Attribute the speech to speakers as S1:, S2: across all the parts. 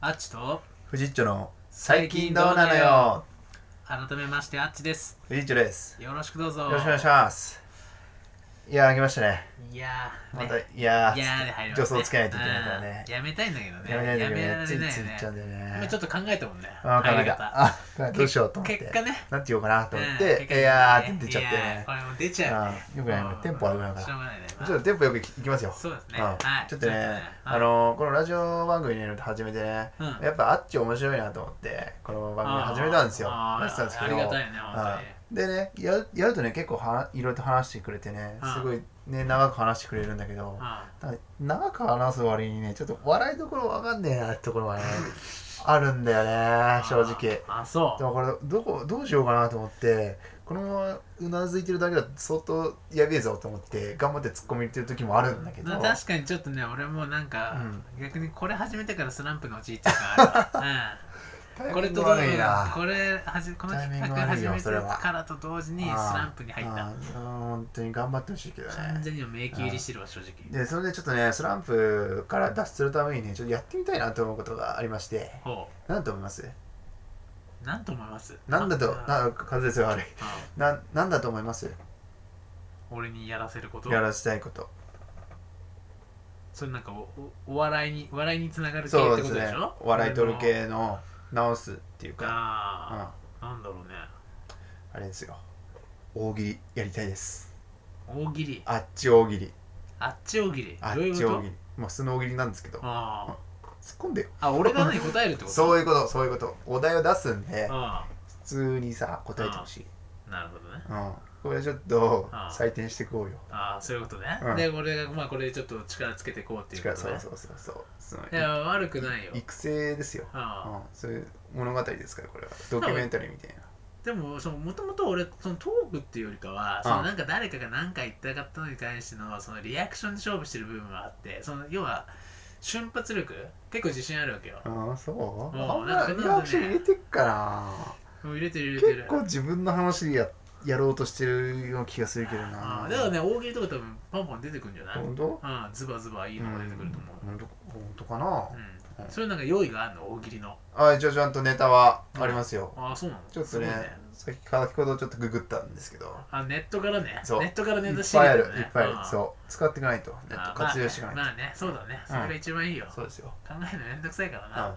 S1: あっちと
S2: フジッチョの
S1: 最近どうなのよ改めましてあっちです
S2: フジッチョです
S1: よろしくどうぞ
S2: よろしくお願いしますいやーあげましたね
S1: いやー
S2: また
S1: ね
S2: いやー
S1: いやーで入ります
S2: 助走つけないといけないからね
S1: うんやめたいんだけどね
S2: やめないとい
S1: や
S2: け
S1: め
S2: な
S1: ら
S2: い
S1: れ
S2: つい
S1: ない
S2: つ
S1: よ
S2: い言っちゃうん
S1: ね
S2: だよ
S1: 今
S2: ね
S1: ちょっと考えたもんね
S2: あー考えたあどうしようと思って
S1: 結果ね
S2: なんて言おうかなと思
S1: うん
S2: って
S1: 結
S2: い
S1: 果ね
S2: やーって出ちゃって
S1: いやー
S2: ね
S1: これもう出ちゃうね
S2: うんよくないね
S1: うん
S2: テンポ悪くなるから
S1: しょうがないねまあ
S2: ちょっとテンポよくいきますよ
S1: そうですね
S2: うん
S1: はい
S2: ちょっとね
S1: うん
S2: あのーこのラジオ番組に始めてね
S1: うん
S2: やっぱあっち面白いなと思ってこの番組始めたんですよ
S1: あー
S2: やってたんですけど
S1: ありがたいね本当に
S2: はいでねやるやるとね結構はいろいろと話してくれてね
S1: うん
S2: すごいね長く話してくれるんだけ
S1: う
S2: ど
S1: ん
S2: ただ長く話す割にねちょっと笑いどころわかんねえなってところ はねあるんだよね正直
S1: あーあそ
S2: でもこれどこどうしようかなと思ってこのままうなずいてるだけだと相当やべえぞと思って頑張って突っ込み入れてる時もあるんだけ
S1: う
S2: ど
S1: まあ確かにちょっとね俺もなんか
S2: うん
S1: 逆にこれ始めてからスランプの陥ったからうん これと同
S2: タイ
S1: 時に
S2: ミング悪いな
S1: これはじこの
S2: タイミ
S1: 企
S2: ング
S1: 画
S2: 悪い
S1: 始
S2: よ
S1: めて
S2: それは
S1: からと同時にスランプに入っ
S2: あ
S1: た
S2: ーあー本当に頑張ってほしいけど
S1: 完
S2: ね
S1: 全に迷宮入りしてるわ正直
S2: でそれでちょっとねスランプから脱出するためにねちょっとやってみたいなと思うことがありまして
S1: ほ
S2: 何と思います
S1: うなんと思います
S2: 何だと
S1: あ
S2: な風ですが悪い
S1: あ
S2: な何だと思います
S1: 俺にやらせること
S2: やらせたいこと
S1: それなんかおおお笑いに笑いにつながる系
S2: そ
S1: って
S2: うで
S1: こ
S2: す
S1: とで
S2: ね
S1: しょ
S2: お笑い取る系の直すっていうかうん
S1: あ
S2: あ
S1: あなんだろうね
S2: れですよ大喜利やりたいです
S1: 大喜利
S2: あっち大喜利
S1: あっち大喜利
S2: あっ
S1: どういう
S2: ち
S1: こ
S2: 大
S1: と
S2: 喜利まあ普通の大喜利なんですけど突っ
S1: あ
S2: 込んでよ
S1: ああ俺が何答えるってこと
S2: そ
S1: い
S2: う
S1: う
S2: いうことそういうことお題を出すんで
S1: あ
S2: 普通にさ答えてほしい
S1: あなるほどね
S2: うんこれちょっと
S1: うん
S2: 採点していこうよ
S1: ああそういうことね、
S2: うん
S1: で俺がまあこれでちょっと力つけていこうっていう
S2: 力
S1: こと
S2: そう
S1: ね
S2: そうそうそうその
S1: いや悪くないよ
S2: 育成ですよう
S1: ああ
S2: んそういう物語ですからこれはドキュメンタリーみたいな
S1: でももともと俺そのトークっていうよりかは
S2: ん
S1: そのなんか誰かが何か言ったかったのに対してのそのリアクションで勝負してる部分はあってその要は瞬発力結構自信あるわけよ
S2: ああそう
S1: うん
S2: あん
S1: なん
S2: ま
S1: かね
S2: リアクション入れてっから
S1: もう入れてる入れて
S2: 結
S1: る
S2: 構自分の話ややろうとしてるような気がするけど
S1: あ
S2: な
S1: あだからね大喜利とか多分パンパン出てくるんじゃない
S2: 本当
S1: うんズバズバいいのが出てくると思う
S2: うん本当本当かな
S1: うん、それなんか用意があるの大喜利の
S2: あ一応ちゃんとネタはありますよ
S1: ああそうなの
S2: ちょっ
S1: す
S2: と
S1: ごい
S2: ね先先ほどちょっとググったんですけど
S1: あネットからね
S2: そう
S1: ネットからネ
S2: い
S1: タ
S2: っ
S1: 仕
S2: ぱいあ
S1: 入れ
S2: る
S1: てね
S2: いっぱいある
S1: ん
S2: そう使っていかないとネット活用していかない
S1: まあねまあねそうだね
S2: う
S1: そ
S2: ん
S1: れが一番いいよ、
S2: と
S1: 考
S2: そうですよ
S1: えるのめんどくさいから
S2: うん
S1: な
S2: や、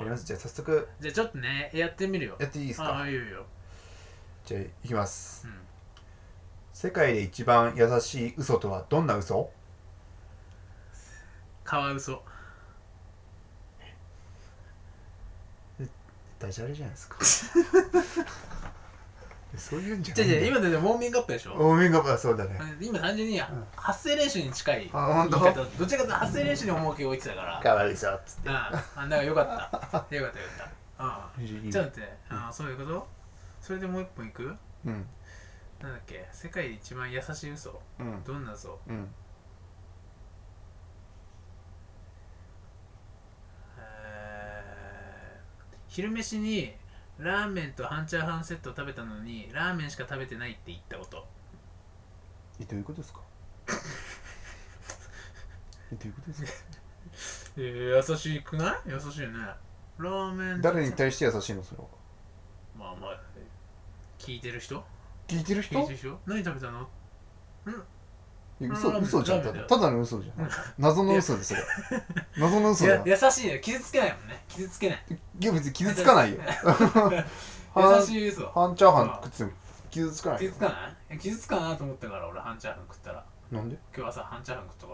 S1: う
S2: り
S1: ん
S2: ますじゃあ早速
S1: じゃあちょっとねやってみるよ
S2: やっていいです
S1: あ
S2: か
S1: あいいよいいよ、
S2: じゃあいきます
S1: うん、
S2: 世界で一番優しい嘘とはどんな嘘
S1: カワウソ
S2: ダジャレじゃないですか そういうんじゃ
S1: じ
S2: な
S1: ゃ
S2: い
S1: じ
S2: ん
S1: ゃ今だ
S2: だよ
S1: ってウォーミングアップでしょ
S2: おみんがそうだね
S1: 今単純に
S2: ん
S1: 発声練習に近い
S2: あ本当
S1: 言い方どっちかというと発声練習に重きを置いてたから
S2: かわいそうっつっ
S1: うんあなんかよかったよかったよかった、うん、ちょっと
S2: て
S1: 待って、あそういうことそれでもう一本いく
S2: うん
S1: なんだっけ世界で一番優しい嘘
S2: うん
S1: どんな嘘
S2: うん
S1: えー昼飯にラーメンと半チャーハンセットを食べたのにラーメンしか食べてないって言ったこと
S2: えどういうことですかえどういうことですか
S1: えー、優しくない優しいよねラーメンと
S2: 誰に対して優しいのそれは
S1: まあまあ聞いてる人
S2: 聞いてる
S1: 聞い
S2: 人
S1: てる人何食べたの
S2: え
S1: ラーメ
S2: 嘘
S1: ン
S2: 嘘じゃん
S1: ラーメンだ
S2: ただ
S1: よ
S2: ただの嘘じゃん謎の嘘ですよ謎の嘘だ
S1: や
S2: よ
S1: 優しいよ傷つけないもんね傷つけない
S2: いや別に傷つかな いよ
S1: 優
S2: 半
S1: しい嘘
S2: 半チャーハン食ってても傷つかないよ
S1: 傷つかないえ傷つかなと思ったから俺半チャーハン食ったら
S2: なんで
S1: 今日朝半チャーハン食った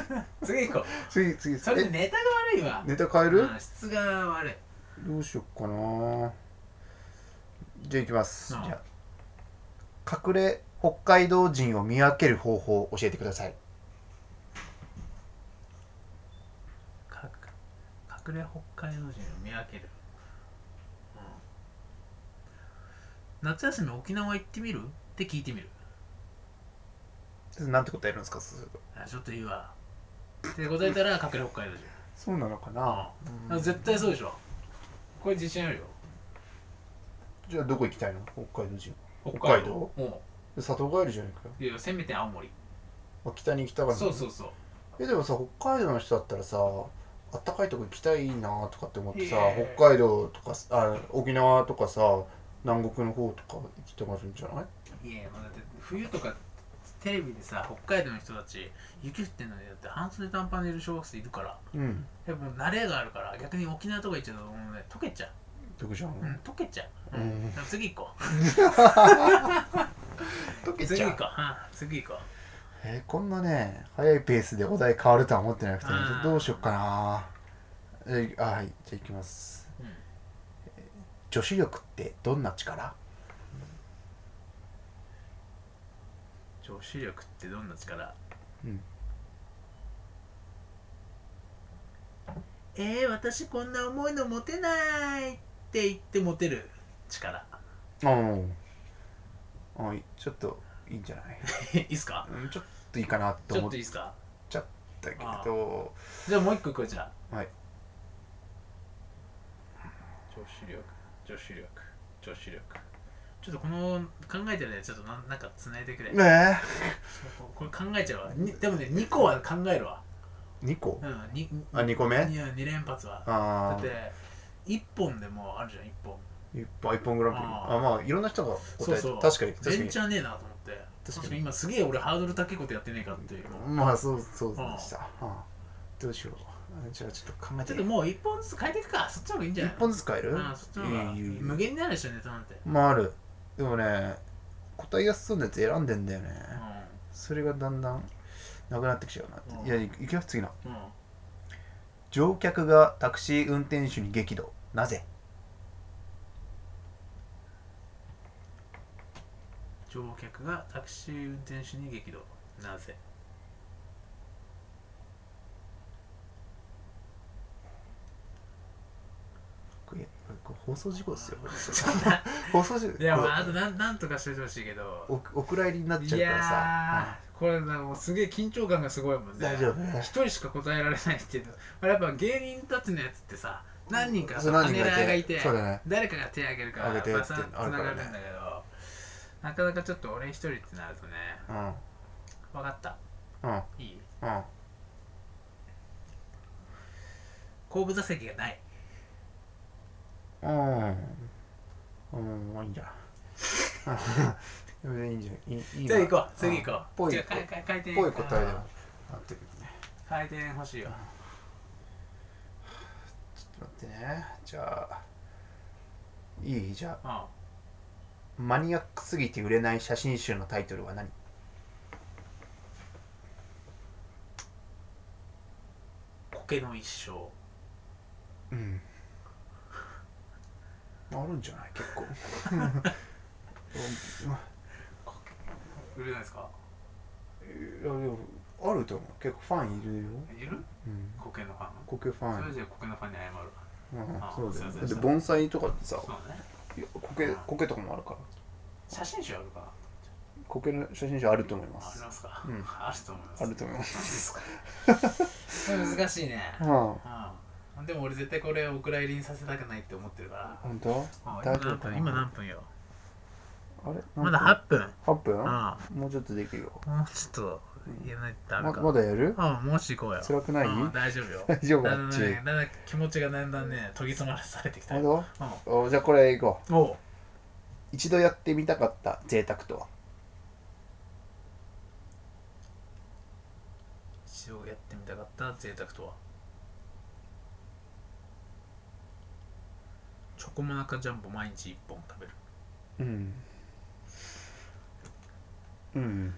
S1: からえ 次行こう
S2: 次次
S1: それで
S2: え
S1: ネタが悪いわ
S2: ネタ変える
S1: うん質が悪い
S2: どうしよっかなじゃあいきます
S1: うん
S2: じゃあ隠れ北海道人を見分ける方法を教えてください
S1: か隠れ北海道人を見分ける、うん、夏休み沖縄行ってみるって聞いてみる
S2: なんて答えるんですかそうすると
S1: あちょっといいわって答えたら隠れ北海道
S2: そうなのかな、
S1: 人あ絶対そうでしょこれ自信あるよ
S2: じゃあどこ行きたいの北海道人
S1: 北
S2: 海道
S1: も
S2: 里帰りじゃないかよ
S1: うんいやせめて青森
S2: あ北に行きたがる
S1: そうそうそう
S2: えでもさ北海道の人だったらさあったかいとこ行きたいなとかって思ってさ
S1: いえいえ
S2: 北海道とかあ沖縄とかさ南国の方とか行きてますんじゃない
S1: いやもうだって冬とかテレビでさ北海道の人たち雪降ってんのにだって半袖短パンでいる小学生いるから
S2: うん
S1: やっぱもう慣れがあるから逆に沖縄とか行っちゃうともうね溶けちゃ
S2: どこじゃ
S1: う、うん
S2: ん、
S1: 溶けちゃう、
S2: うん
S1: でも次行こ
S2: 溶
S1: う
S2: け
S1: 次
S2: ちゃ
S1: 行
S2: う
S1: こう、うん、次行こ
S2: えーこんなね早いペースでお題変わるとは思ってなくて、ね
S1: うん
S2: どうしよっかなえーあはいじゃあいきます
S1: う、うん
S2: 女子力ってどんな力
S1: 女子力ってどんな力
S2: うん
S1: えー、私こんな重いの持てないって言って持てる力
S2: うんうんちょっといいんじゃない、
S1: いいっすか
S2: うん、ちょっといいかなと
S1: ちょ
S2: 思
S1: っと
S2: った
S1: いいっすか
S2: けど
S1: じゃあもう一個いこうじゃあ
S2: はい
S1: 女子力女子力女子力ちょっとこの考えてるねちょっとなんなんかつないでくれ
S2: ねえ
S1: これ考えちゃうわにでもね2個は考えるわ
S2: 2個
S1: うんに
S2: あ2個目
S1: いや2連発はだ
S2: あ
S1: っ
S2: あ
S1: て1本でもあるじゃん1本
S2: 一本一本グランプリ
S1: あ
S2: あ
S1: ー
S2: まあいろんな人が答
S1: そう
S2: えて
S1: そう
S2: 確かに確か
S1: 全
S2: に
S1: チャンねえなと思って
S2: 確かに
S1: 確かに今すげえ俺ハードル高いことやってねえかっていう
S2: まあそうそうでした、うんどうしようあじゃあちょっと考え
S1: ち
S2: て
S1: ょっともう1本ずつ変えていくかそっちの方がいいんじゃない
S2: 1本ずつ変える
S1: うんそっちの方が
S2: いいよいいよ
S1: 無限になるでしょネタなんて
S2: まああるでもね答えやすそうなやつ選んでんだよね、
S1: う
S2: それがだんだんなくなってきちゃうなって、
S1: うん
S2: いやいいけよ次の
S1: んうん
S2: 乗客がタクシー運転手に激怒なぜ
S1: 乗客がタクシー運転手に激怒な ぜ
S2: これこれ放送事故です よ
S1: い
S2: 放送事故
S1: や
S2: これ
S1: まああとなんなんとかしてほしいけど
S2: おお蔵入りになっ
S1: い
S2: ちゃうから
S1: や
S2: さ、
S1: ーこれなんかもうすげえ緊張感がすごいも
S2: うんん
S1: ね
S2: 大丈夫
S1: 一人しか答えられないっていうのあれやっぱ芸人たちのやつってさ何人かさ
S2: そう
S1: マ
S2: 何
S1: ネ
S2: 人
S1: ラ
S2: かいて
S1: ーがいて
S2: そうだね
S1: 誰かが手挙げるから
S2: 挙げて
S1: まあさ
S2: って
S1: つ
S2: いうのあ
S1: な
S2: る
S1: が
S2: から
S1: る
S2: ね
S1: んだけど、なかなかちょっと俺一人ってなるとね
S2: うん
S1: 分かった
S2: うん
S1: いい
S2: うん
S1: 後部座席がない
S2: うん。うん、まあいいんじゃ ない。いいんじゃない。いいいい
S1: じゃあ行こう次行こう
S2: ぽい
S1: じゃあかか回転
S2: ぽい答えでも
S1: あ
S2: あってくるね。
S1: ー回転欲しいよ
S2: ちょっと待ってね。じゃあ、いいじゃあ、
S1: うん
S2: マニアックすぎて売れない写真集のタイトルは何
S1: 苔の一生
S2: うん。あるんじゃない結構。
S1: 売れないですか
S2: うんいやでもあると思う。結構ファンいるよ。
S1: いる
S2: うん。
S1: 苔のファン
S2: 高級ファ
S1: それ
S2: ン。
S1: じゃあ苔のファンに謝るわ
S2: うん
S1: あ、
S2: そうだよ
S1: すい
S2: ね。
S1: ませ
S2: だ
S1: ん
S2: って盆栽とかってさ、
S1: そうだね
S2: いや苔苔とかもあるから。
S1: 写真集あるかな
S2: 苔の写真集あると思いま
S1: あり
S2: す。
S1: ますか、
S2: うん
S1: あると思います
S2: あると思います。
S1: これ難しいね、
S2: は
S1: うん、でも俺絶対これお蔵入りにさせたくないって思ってるから
S2: あ、本当？
S1: あ
S2: 大丈夫かな
S1: 今何分今何分よ
S2: あれ？
S1: まだ8分
S2: 8分？
S1: あ
S2: もうちょっとできるよ。
S1: あもうちょっと言えないとダメ
S2: ま
S1: か、
S2: まだやる？
S1: ああもうし行こうよ
S2: 辛くない
S1: うん大丈夫よ
S2: 大丈夫
S1: だ
S2: あ
S1: ん
S2: っ
S1: だ
S2: ち
S1: んねだんだん気持ちがだんだんね研ぎ澄まされてきたよ、
S2: 本
S1: うん
S2: 当？おじゃあこれいこう。
S1: おう
S2: 一度やってみたかった贅沢とは。
S1: 一応やってみたかった贅沢とはチョコモナカジャンボ毎日1本食べる
S2: うん。うん。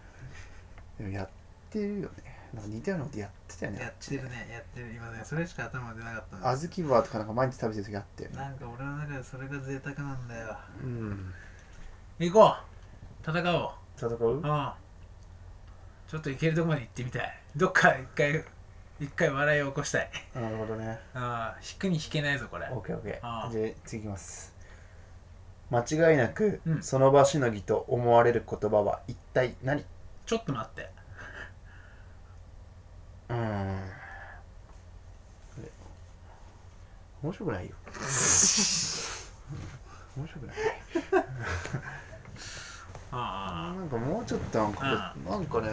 S2: でもやってるよね。なんか似たようなことやってたよ
S1: や
S2: ね
S1: っ。てるねやってる今ねそれしか頭が出なかったんだ
S2: 小豆バーとかなんか毎日食べてる時あって。
S1: なんか俺の中でそれが贅沢なんだよ
S2: うん。
S1: 行こう戦おう
S2: 戦う？
S1: うんちょっと行けるとこまで行ってみたいどっか一回一回笑いを起こしたい
S2: なるほどね。
S1: うん引くに引けないぞこれ
S2: オッケーオッケ
S1: ああ
S2: ー。じゃあ次いきます。間違いなく、
S1: うん
S2: その場しのぎと思われる言葉は一体何う
S1: ちょっと待って
S2: ーん。これ面白く ないよ。面白くない。
S1: うんうん
S2: なんかもうちょっとなんか、なんかね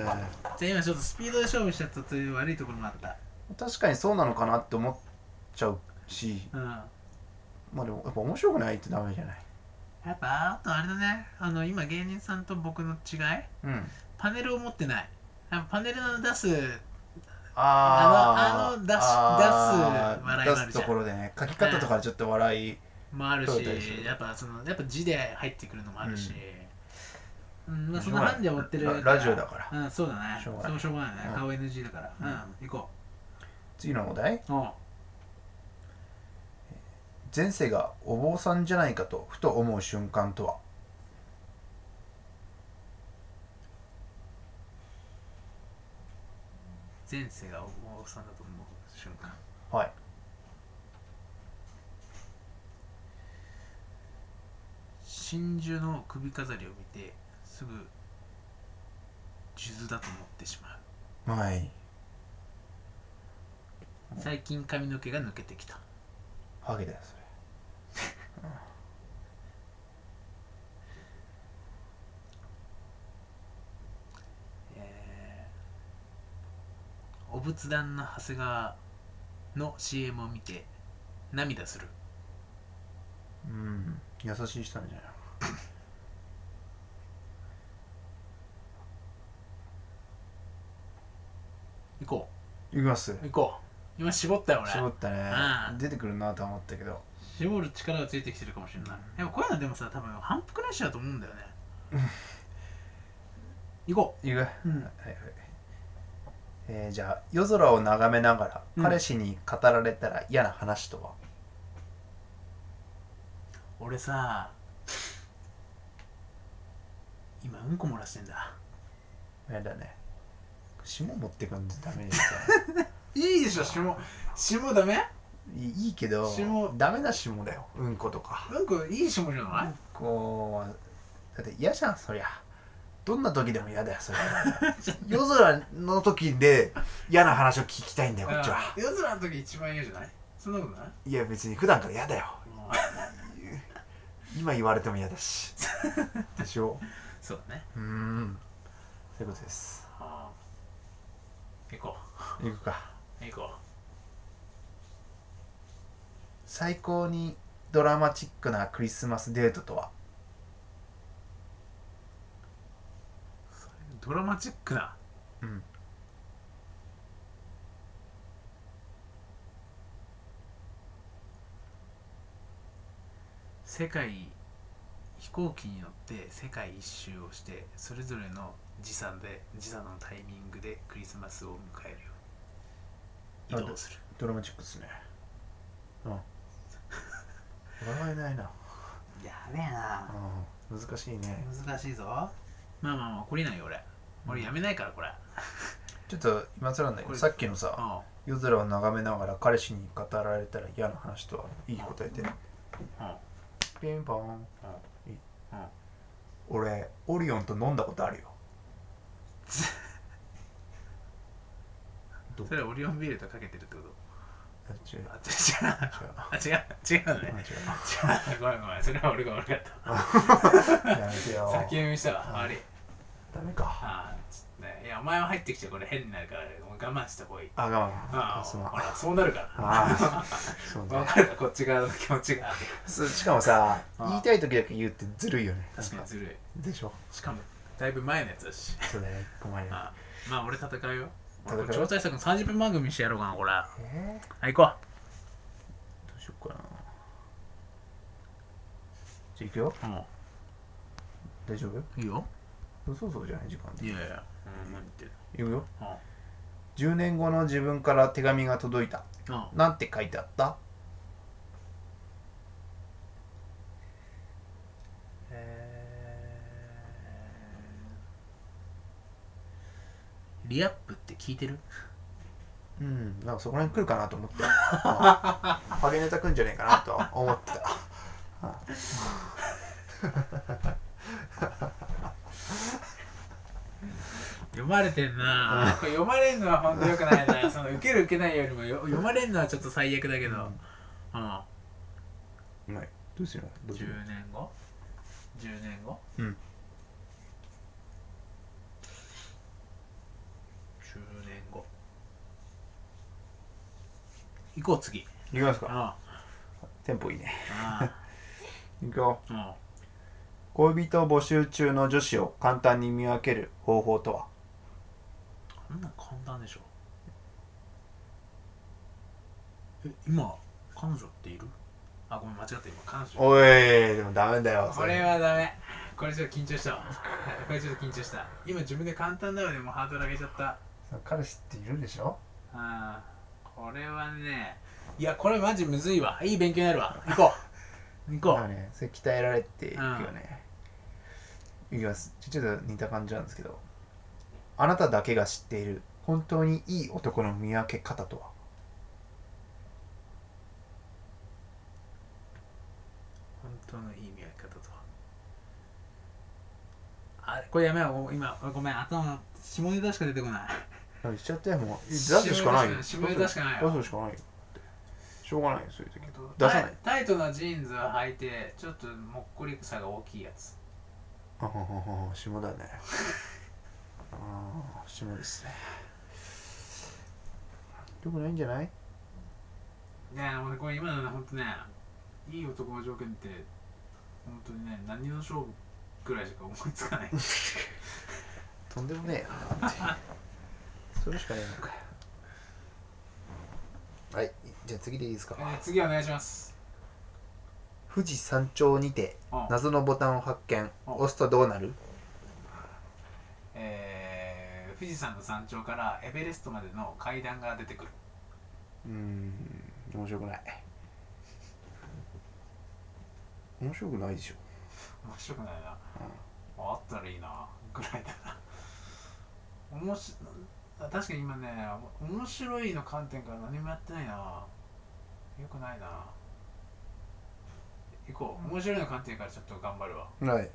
S1: じゃあ今ちょっとスピードで勝負しちゃったという悪いところもあった
S2: 確かにそうなのかなって思っちゃうし
S1: うん
S2: まあでもやっぱ面白くないってダメじゃない
S1: やっぱあとあれだねあの今芸人さんと僕の違い
S2: うん
S1: パネルを持ってないやっぱパネルの出す
S2: あー
S1: あのあの出し
S2: あー
S1: 出す笑いもあるじ
S2: 出す
S1: ゃん
S2: ところでね書き方とかちょっと笑い
S1: もあるし
S2: そうですね
S1: やっぱそのやっぱ字で入ってくるのもあるし、うんまあ、そ
S2: しょう
S1: の
S2: がない
S1: ハンデを追ってる
S2: ララジオだから
S1: うんそうだね
S2: しょうがない
S1: それもしょうがないね、
S2: うん
S1: 顔 NG だからうん、行こ
S2: 次のお題
S1: うおう
S2: 前世がお坊さんじゃないかとふと思う瞬間とは
S1: 前世がお坊さんだと思う瞬間
S2: はい
S1: 真珠の首飾りを見てすぐ数珠だと思ってしまう
S2: はい
S1: 最近髪の毛が抜けてきた
S2: ハゲだよそれ
S1: えーお仏壇の長谷川の CM を見て涙する
S2: うん優しい人なんじゃない
S1: 行こ
S2: いきます
S1: う行こう今絞ったよ俺
S2: 絞ったね
S1: うん
S2: 出てくるなとは思ったけど
S1: 絞る力がついてきてるかもしれないでもこういうのでもさ多分反復なしだと思うん だよね行こ
S2: いくはい
S1: うん
S2: はいえーじゃあ夜空を眺めなが
S1: う
S2: ら
S1: ん
S2: 彼氏に語られたら嫌な話とは、
S1: う俺さ今うんこ漏らしてんだ
S2: やだね霜持ってくんでダメですよ
S1: いいでしょ霜霜ダメ
S2: いいいいけど
S1: 霜
S2: ダメな霜だようんことか
S1: うんこいい霜じゃない、
S2: こうだって嫌じゃんそりゃどんな時でも嫌だよ それ夜空の時で嫌な話を聞きたいんだよこっちは
S1: うん夜空の時一番嫌じゃないそんなことない
S2: いや別に普段から嫌だよ
S1: もう
S2: 今言われても嫌だし でしょ
S1: そうだね
S2: うーんそういうことです
S1: あー行こ
S2: いくか
S1: う行こ
S2: 最高にドラマチックなクリスマスデートとは
S1: うドラマチックな
S2: うん
S1: 世界飛行機に乗って世界一周をしてそれぞれの時差で時差のタイミングでクリスマスを迎えるように移動する
S2: ドラマチックですねうん笑えないな、
S1: やべえな
S2: うん、難しいね
S1: 難しいぞまあまあまあ懲りないよ俺俺やめないからこれ
S2: ちょっと今更なんだけ
S1: こ
S2: ど
S1: れ
S2: さっきのさ
S1: あ
S2: 夜空を眺めながら彼氏に語られたら嫌な話とはいい答えて
S1: あ
S2: ピンポン
S1: ああ
S2: 俺オリオンと飲んだことあるよ
S1: それはオリオンビールとかけてるってこと
S2: あ違う違う
S1: あ違うあ違う違うの
S2: あ違
S1: ね
S2: う
S1: 違う ごめんごめんそれは俺が悪かった
S2: やめてよ
S1: 先読みしたわ悪い
S2: ダメか
S1: ああちょっとねいやお前は入ってきちゃこれ変になるからもう我慢した方がいい
S2: あ我
S1: あ
S2: 慢
S1: あ
S2: すまん
S1: ほらそうなるから
S2: あーそう
S1: わ
S2: ね
S1: かるかこっち側の気持ちが
S2: そうしかもさ
S1: うん
S2: 言いたい時だけ言うってずるいよね
S1: 確かにずるい
S2: でしょ
S1: しかもだいぶ前のやつだし
S2: そうだねごめんよ
S1: ああまあ俺戦うよ俺これ
S2: 戦う
S1: 超大作の30分番組にしてやろうかなこれは
S2: え
S1: い行こ
S2: ー、どうしよっかなじゃあいくよ
S1: うも
S2: 大丈
S1: ういいよ
S2: 夫そうそうじゃない時間
S1: い
S2: で
S1: やいやいやうん何言ってる
S2: いくよ
S1: あ
S2: 10年後の自分から手紙が届いた
S1: あ
S2: なんて書いてあった
S1: リアップって聞いてる
S2: うんなんかそこら辺来るかなと 思ってうんハゲネタ来んじゃねえかなとは思ってた
S1: 読まれてんなこれ読まれんのはほんとよくない なその受ける受けないよりもよ読まれんのはちょっと最悪だけど、うん
S2: ないどうしようどうしよ
S1: 10年後10年後
S2: うん
S1: 行こう次
S2: 行きます
S1: うん
S2: か
S1: あ
S2: テンポいいね
S1: あ
S2: 行くよ
S1: うん
S2: 恋人募集中の女子を簡単に見分ける方法とは
S1: こんなん簡単でしょえ今彼女っているあごめん間違った今彼女
S2: おいでもダメだよ
S1: これはダメこれちょっと緊張したわこれちょっと緊張した今自分で簡単だよでもうハードル上げちゃった
S2: 彼氏っているでしょ
S1: あーこれはねいやこれマジむずいわいい勉強になるわ行こ う行こ
S2: まあねそれ鍛えられていくよね、いきますちょちょっと似た感じなんですけどあなただけが知っている本当にいい男の見分け方と
S1: う
S2: は
S1: 本当のいい見分け方とはあこれやめようもう今ごめん頭の下ネタしか出てこない
S2: だからしちゃってもう出すしかないよ出すし
S1: 絞
S2: かない
S1: り出しかない
S2: よ出すしかないよしょうがないよそういう時出さ
S1: タ
S2: ない
S1: イタイトなジーンズを履いてちょっともっこりさが大きいやつ
S2: あはははは下 だねああ下ですねよくないんじゃない
S1: ねえ俺これ今のねほんとねいい男の条件って本当にね何の勝負ぐらいしか思いつかない
S2: とんでも ねえよそれしかねえのかよはいじゃあ次でいいですか
S1: えー次お願いします
S2: 富士山頂にて
S1: うん
S2: 謎のボタンを発見
S1: うん
S2: 押すとどうなる
S1: えー富士山の山頂からエベレストまでの階段が出てくる
S2: うーん面白くない 面白くないでしょ
S1: 面白くないな、あったらいいなぐらいだなおもし確かに今ねお面白いの観点から何もやってないなよくないな行こう面白いの観点からちょっと頑張るわ
S2: はいい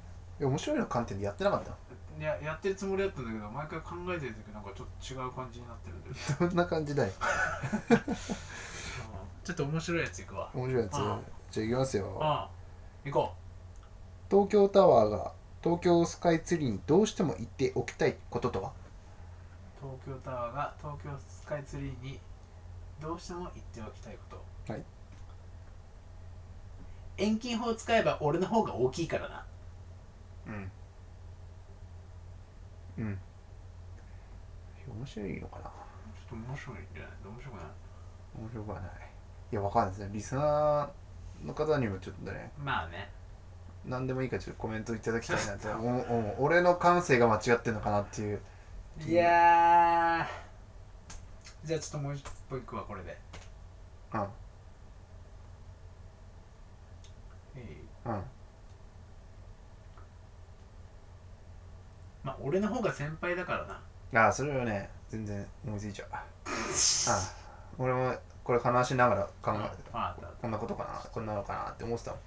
S2: や面白いの観点でやってなか った
S1: いややってるつもりだったんだけど毎回考えてる時なんかちょっと違う感じになってるんだよ、ね、
S2: どんな感じだよ
S1: ちょっと面白いやつ行くわ
S2: 面白いやつ
S1: あ
S2: じゃあいきます
S1: う
S2: よ
S1: ん行こ
S2: 東京タワーが東京スカイツリーにどうしても行っておきたいこととは
S1: う東京タワーが東京スカイツリーにどうしても行っておきたいこと
S2: はい
S1: 遠近法を使えば俺の方が大きいからな
S2: うんうん面白いのかな
S1: ちょっと面白いんじゃない面白くない
S2: 面白くはないいやわかんないですねリスナーの方にもちょっとね
S1: まあね
S2: 何でもいいからちょっとコメントいただきたいなと おお俺の感性が間違ってんのかなっていう
S1: いやーじゃあちょっともう一歩行くわこれで
S2: うん
S1: いい
S2: うん
S1: まあ俺の方が先輩だからな
S2: ああそれはね全然思いついちゃうああ俺もこれ話しながら考えてた、
S1: ああだ
S2: こんなことかなこんなのかなって思ってたもん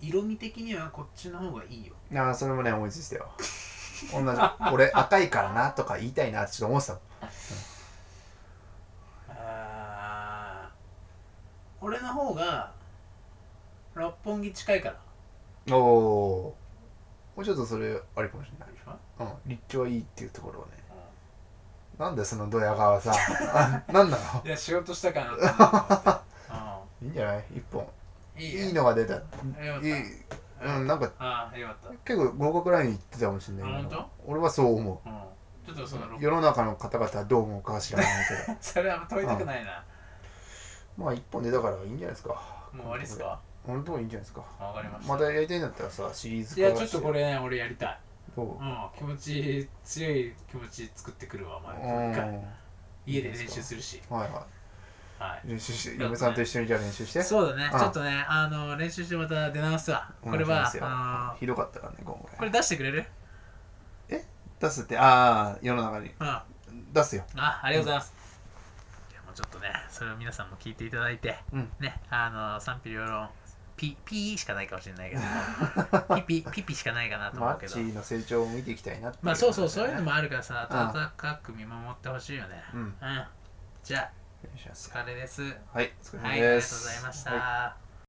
S1: 色味的にはこっちの方がいいよ
S2: ああそれもね思いついてたよ同じ 俺赤いからなとか言いたいなってちょっと思ってたもん
S1: あー俺の方が六本木近いから
S2: おおもうちょっとそれありかもしれない
S1: でしょ
S2: うん立地はいいっていうところをね
S1: うん
S2: なんでそのドヤ顔さあなんなの
S1: いや仕事したかなって思っ
S2: いいんじゃない一本
S1: てうんいいね
S2: いいのが出たい
S1: よかった
S2: いうんなんか
S1: ああよかった
S2: 結構合格ラインいってたかもしれない
S1: あ
S2: 今の
S1: 本
S2: 俺はそう思う
S1: うんちょっとその
S2: 世の中の方々はどう思うかは知らないけど
S1: それは問いたくないな
S2: まあ一本でだからいいんじゃないですか
S1: もう終わりっすか
S2: 本当にいいんじゃないですか
S1: わかりました
S2: またやりたいんだったらさシリーズ
S1: いやちょっとこれね俺やりたい
S2: ど
S1: うん気持ち強い気持ち作ってくるわお
S2: うう
S1: 前
S2: ん
S1: 一回
S2: は
S1: 家で練習するし
S2: いは
S1: はい
S2: 練習して嫁さんと一緒にじゃあ練習して
S1: いそうだね
S2: うん
S1: ちょっとねあの練習してまた出直すわこれ
S2: お願い
S1: は
S2: しますよ
S1: あ
S2: ひどかったからね今
S1: のこ
S2: 回
S1: れ出してくれる
S2: 出すってああ世の中に
S1: うん
S2: 出すよ
S1: あありがとうございます、じゃあもうちょっとねそれを皆さんも聞いていただいて、
S2: うん
S1: ねあの賛否両論ピピーしかないかもしれないけ どピピピピしかないかなと思
S2: マ
S1: うけ
S2: ッ
S1: ど
S2: チの成長を見ていきたいなってい
S1: まあそうそう
S2: 感じ
S1: そう
S2: だ
S1: いう
S2: ね
S1: のもあるからさ
S2: うん
S1: 温かく見守ってほしいよね
S2: うん
S1: じゃあ
S2: お願いします
S1: お疲れです
S2: はいお疲れ様です
S1: はいありがとうございました、
S2: はい